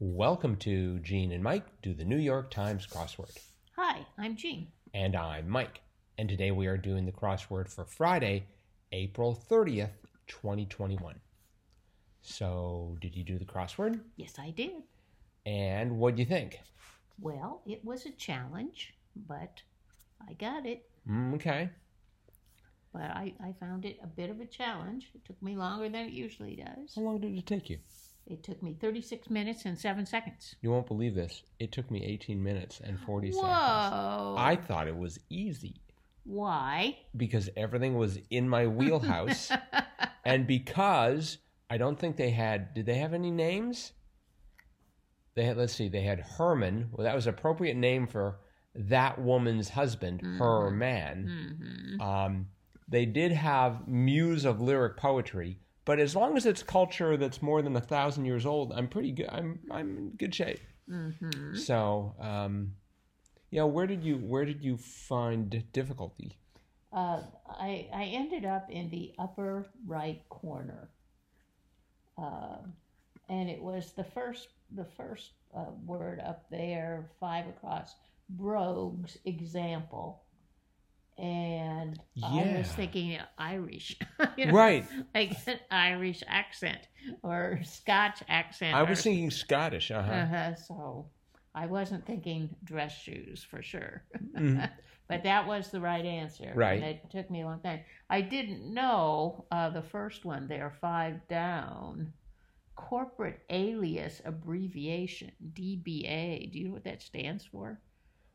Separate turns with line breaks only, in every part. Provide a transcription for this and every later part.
Welcome to Gene and Mike do the New York Times crossword.
Hi, I'm Jean.
And I'm Mike. And today we are doing the crossword for Friday, April 30th, 2021. So, did you do the crossword?
Yes, I did.
And what do you think?
Well, it was a challenge, but I got it.
Mm, okay.
But I, I found it a bit of a challenge. It took me longer than it usually does.
How long did it take you?
It took me 36 minutes and 7 seconds.
You won't believe this. It took me 18 minutes and 40 seconds.
Whoa!
I thought it was easy
Why?
because everything was in my wheelhouse and because I don't think they had did they have any names? They had let's see, they had Herman. Well that was appropriate name for that woman's husband, her man.
hmm
Um, they did have muse of lyric poetry, but as long as it's culture that's more than a thousand years old, I'm pretty good I'm I'm in good shape.
hmm
So um yeah, where did you where did you find difficulty?
Uh, I, I ended up in the upper right corner. Um and it was the first, the first uh, word up there, five across, brogues example. And I
Yeah.
was thinking Irish, you know,
Right.
like an Irish accent or Scotch accent.
I was
or-
thinking Scottish, uh-huh.
uh-huh, so I wasn't thinking dress shoes for sure.
Mhm.
But that was the right answer.
Right.
And it took me a long time. I didn't know uh, the first one there, five down. Corporate alias abbreviation, DBA. Do you know what that stands for?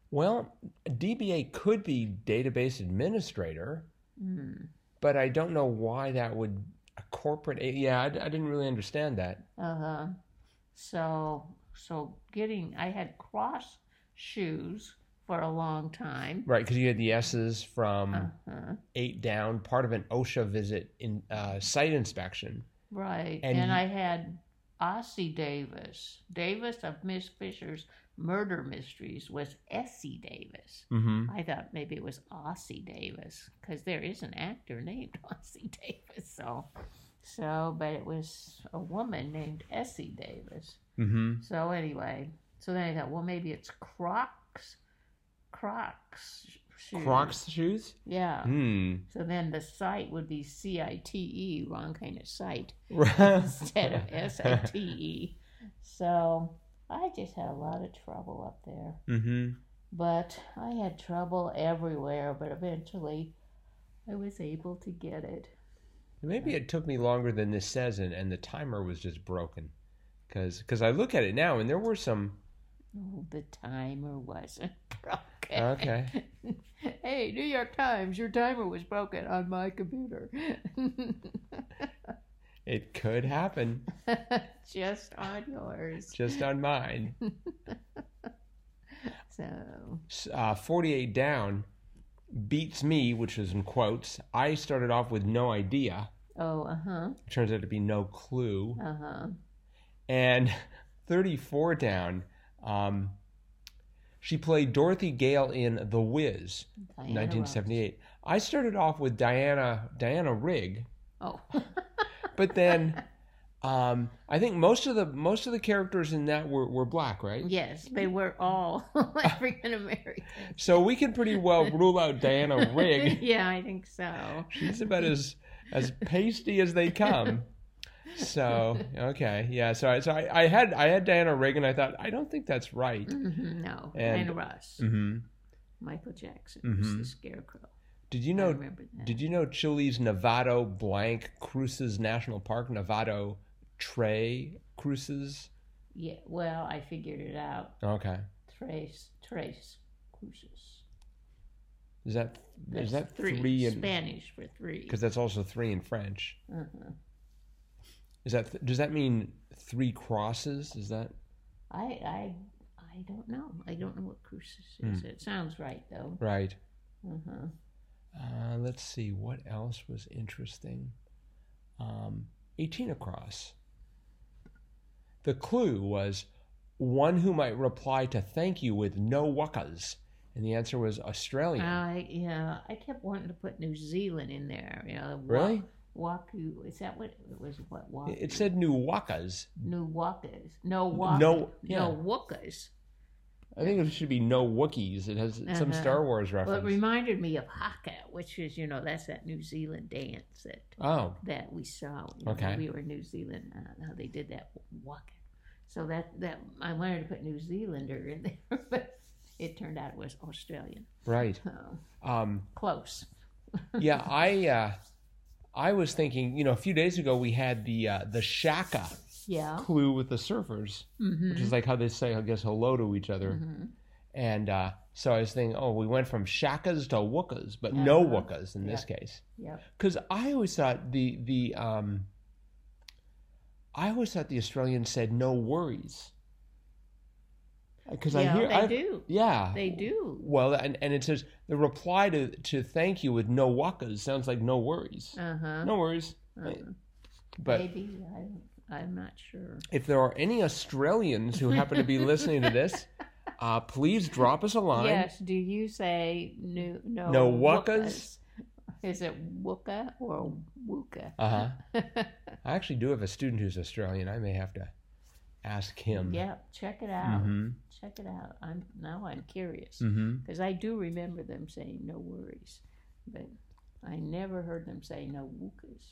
Well, DBA could be database administrator,
Hmm.
but I don't know why that would a corporate. eh, Yeah, I, I didn't really understand that.
Uh huh. So, so getting, I had cross shoes for a long time.
Right, Mm-hmm. because you had the S's from
Uh huh.
eight down, part of an OSHA visit in uh, site inspection.
Right.
And
And,
you-
I had Ossie Davis. Davis of Miss Fisher's Murder Mysteries was Essie Davis.
Mm-hmm.
I thought maybe it was Ossie Davis because there is an actor named Ossie Davis. So, so, but it was a woman named Essie Davis.
Mm-hmm.
So anyway, so then I thought, well, maybe it's Crocs, Crocs shoes.
Crocs shoes.
Yeah.
Hmm.
So then the site would be C I T E, wrong kind of site instead
Instead
of S I T E. So I just had a lot of trouble up there.
Mm-hmm.
But I had trouble everywhere, but eventually I was able to get it.
Maybe it took me longer than this says, and, and the timer was just broken. Because I look at it now, and there were some.
Oh, the timer wasn't broken.
Okay.
hey, New York Times, your timer was broken on my computer.
It could happen.
just on yours.
just on mine.
So,
S- Uh, 48 down beats me, which is in quotes. I started off with no idea.
oh, uh huh,
It turns out to be no clue.
uh huh.
And 34 down, um, she played Dorothy Gale in The Wiz, 1978. I started off with Diana Diana Rigg,
Oh,
but then um, I think most of the most of the characters in that were, were black, right?
yes, they were all African American.
So we can pretty well rule out Diana Rigg.
yeah, I think so.
She's about as as pasty as they come. So okay, yeah. So I so I, I had I had Diana Reagan. I thought I don't think that's right.
Mhm, no,
And-
and, Russ,
hmm
Michael Jackson was the
Mhm.
scarecrow.
Did you
I
know?
remember that.
Did you know Chile's Nevado Blank Cruces National Park? Nevado Trey Cruces.
yeah, well, I figured it out.
Okay,
Trace, Trace Cruces.
is that is
That's
that three in
Spanish for three?
because that's also three in French.
Uh-huh.
Is that th- does that mean three crosses? Is that
I, I, I don't know. I don't know what Cruces is.
Hmm.
It sounds right though.
right?
Uh-huh.
Uh, let's see what else was interesting. Um, 18 across. The clue was one who might reply to thank you with no wuckas, and the
Ah.
answer was Australian.
I yeah, I kept wanting to put New Zealand in there. You know, the wa-
Really?
Waku, is that what it was? What Waku?
It said New Wakas.
New Wakas. No Waku.
No- yeah.
No Wookas.
I think it should be No Wookiees. It has some
Uh-huh.
Star Wars
Well, it
reference.
reminded me of Haka, which is, you know, that's that New Zealand dance that
oh,
that we saw when
Okay.
we were in New Zealand. Uh, how they did that walking. So that that I wanted to put New Zealander in there, but it turned out it was Australian.
right.
Oh,
Um,
close.
yeah, I uh, I was thinking, you know, a few days ago we had the uh, the Shaka
Yeah.
clue with the surfers,
Oh. Mm-hmm.
which is like how they say, I guess, hello to each other.
hmm
And uh, so I was thinking, oh, we went from shakas to wookas, but no
Uh-huh.
wookas in this case.
Yep.
Because I always thought the the um, I always thought the Australians said no worries. Because I
yeah,
hear,
they
I,
do.
yeah,
They do.
Well, and, and it says the reply to to thank you with no wakas sounds like no worries,
Uh huh.
no worries. But
Uh-huh. Maybe I, don't- I'm not sure.
if there are any Australians who happen to be listening to this, uh, please drop us a line.
Yes. Do you say new, no?
No
wookas? Is it wooka or wooka?
Uh huh. I actually do have a student who's Australian. I may have to ask him.
Yep. Check it out.
Mm-hmm.
Check it out. I'm now I'm curious
Mm-hmm.
because I do remember them saying no worries, but I never heard them say no wookas.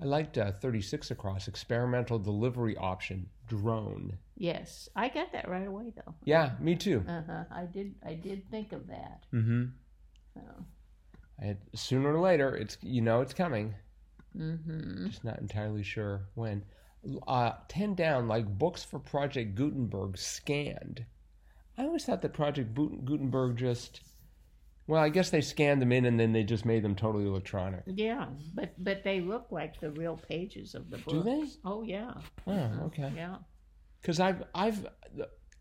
I liked uh, 36 across experimental delivery option drone.
Yes, I got that right away though.
Yeah, me too.
Uh huh. I did. I did think of that.
Mm-hmm.
So.
I had, sooner or later, it's you know it's coming.
Mm-hmm.
Just not entirely sure when. Uh, Ten down, like books for Project Gutenberg scanned. I always thought that Project Boot- Gutenberg just, well, I guess they scanned them in and then they just made them totally electronic.
Yeah, but but they look like the real pages of the book.
Do they?
Oh yeah.
Oh, okay.
Yeah.
because I've I've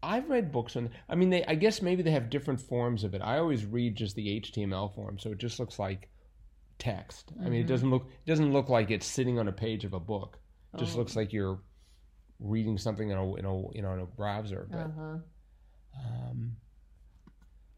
I've read books on. I mean, they I guess maybe they have different forms of it. I always read just the HTML form, so it just looks like text. I mean, it
Mhm.
doesn't look it doesn't look like it's sitting on a page of a book. It just
Oh.
looks like you're reading something in a in a you know in a browser. But
Uh huh.
um,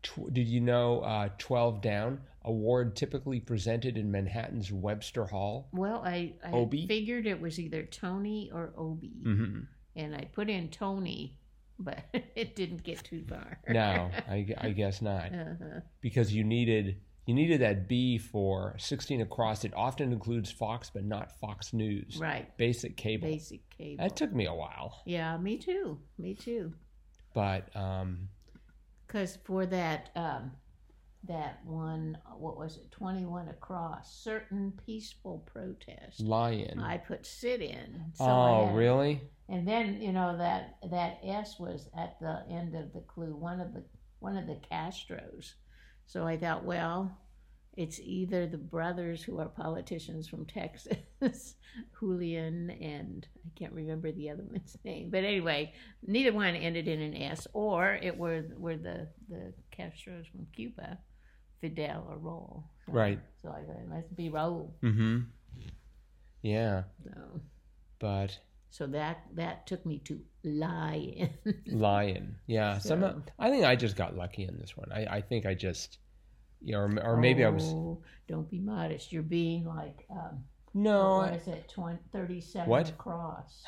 tw- did you know uh, Twelve Down award typically presented in Manhattan's Webster Hall?
Well, I I
Obie?
figured it was either Tony or Obi,
Mm-hmm.
and I put in Tony, but it didn't get too far.
No, I, I guess not.
Uh-huh.
because you needed you needed that B for 16 across. It often includes Fox, but not Fox News.
Right.
Basic cable.
Basic cable.
That took me a while,
yeah, me too. Me too.
but um,
Because for that, um, that one, what was it, 21 across, certain peaceful protest,
Lion.
I put sit in. so I
oh,
had-
really?
And then, you know, that, that S was at the end of the clue, one of the, one of the Castros. So I thought, well, it's either the brothers who are politicians from Texas, Julian, and I can't remember the other one's name. But anyway, neither one ended in an S, or it were were the the Castro's from Cuba, Fidel or Raul. So-
Right.
So I thought it must be Raul.
Mm-hmm. Yeah,
So,
but
so that that took me to lie.
Lion. Yeah. Somehow,
So-
I think I just got lucky in this one. I, I think I just, you know, or, or maybe I was.
Oh, Don't be modest. You're being like um,
No.
what
I-
is it? 20, Thirty-seven
What?
across.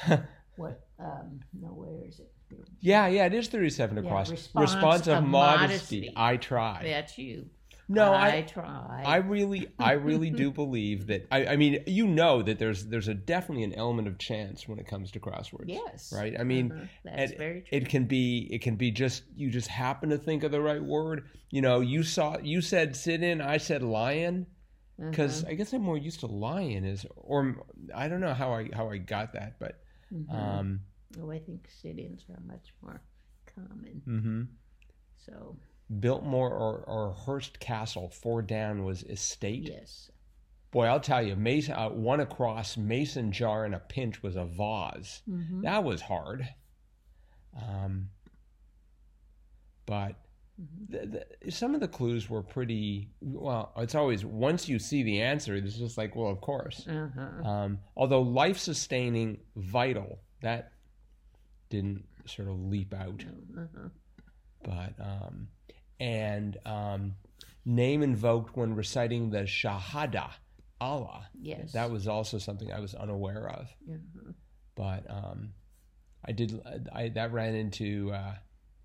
what? Um, no, where is it?
yeah, yeah. It is 37 across.
response of modesty.
I try.
That's you.
No, I,
I try.
I really, I really do believe that. I, I mean, you know that there's there's a definitely an element of chance when it comes to crosswords.
yes.
Right. I mean,
Uh-huh. that's
and
very true.
it can be it can be just you just happen to think of the right word. You know, you saw you said sit in, I said lion
Uh-huh.
because
Mm-hmm.
I guess I'm more used to lion is or I don't know how I how I got that, but
Uh-huh. Mhm.
um,
Oh, I think sit-ins are much more common.
mm-hmm.
So
Biltmore or, or Hearst Castle four down was estate.
yes,
Boy, I'll tell you, Mason, uh, one across mason jar in a pinch was a vase.
hmm
That was hard. Um, but
Mm-hmm.
the, the, some of the clues were pretty well. It's always once you see the answer, it's just like, well, of course.
uh huh,
Um, although life sustaining, vital, that didn't sort of leap out.
uh
But um, and um, name invoked when reciting the Shahada Allah.
Yes.
That was also something I was unaware of.
Mhm.
But um, I did. I that ran into uh,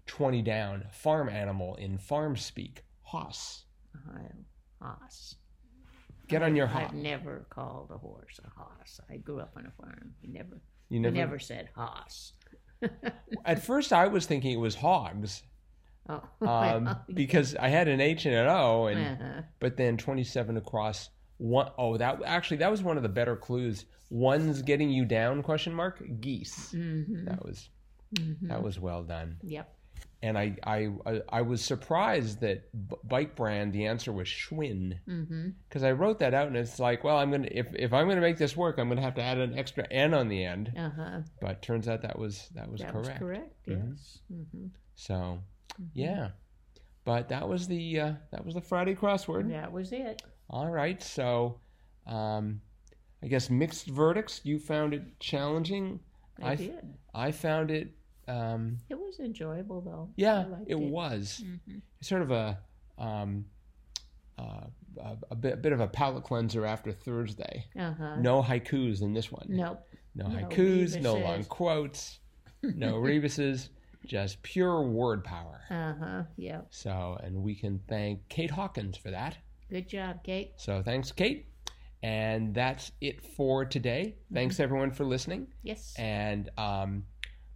twenty down farm animal in farm speak. Hoss.
Ohio. Hoss.
Get on your
I've
hoss.
never called a horse a hoss. I grew up on a farm. We never,
You
we
never,
never said hoss.
At first, I was thinking it was hogs
Oh,
um,
well,
because I had an H and an O, and
uh-huh.
but then 27 across one oh that actually that was one of the better clues one's getting you down question mark geese
Mhm,
that was
mhm.
that was well done
Yep.
and i i i, I was surprised that B- bike brand the answer was schwinn
hmm
because i wrote that out and it's like well i'm gonna if, if i'm gonna make this work i'm gonna have to add an extra n on the end
Uh huh.
but turns out that was that was
That
correct
was correct.
Mhm.
Yes. mm-hmm. hmm
so yeah but that was the uh, that was the friday crossword
That was it.
All right, so um, I guess mixed verdicts. You found it challenging.
I,
I-
did.
I found it. Um,
It was enjoyable though.
yeah,
I liked
it, was
hmm
sort of a um, uh, a, a bit, a bit of a palate cleanser after Thursday.
Uh huh.
No haikus in this one.
Nope.
No
no
haikus. No
rebuses.
long quotes. No rebuses. Just pure word power.
Uh huh. Yep.
So, and we can thank Kate Hawkins for that.
Good job, Kate.
So thanks, Kate. And that's it for today. Thanks, everyone, for listening.
Yes.
And um,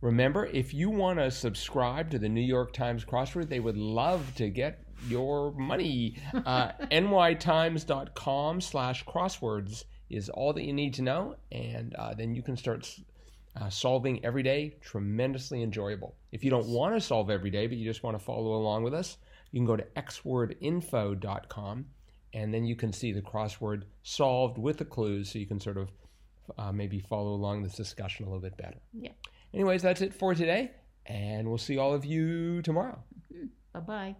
remember, if you want to subscribe to the New York Times Crossword, they would love to get your money. Uh, nytimes.com slash crosswords is all that you need to know. And uh, then you can start s- uh, solving every day. Tremendously enjoyable. If you don't want to solve every day, but you just want to follow along with us, you can go to xwordinfo.com and then you can see the crossword solved with the clues so you can sort of uh, maybe follow along this discussion a little bit better.
Yeah.
Anyways, that's it for today, and we'll see all of you tomorrow.
bye bye.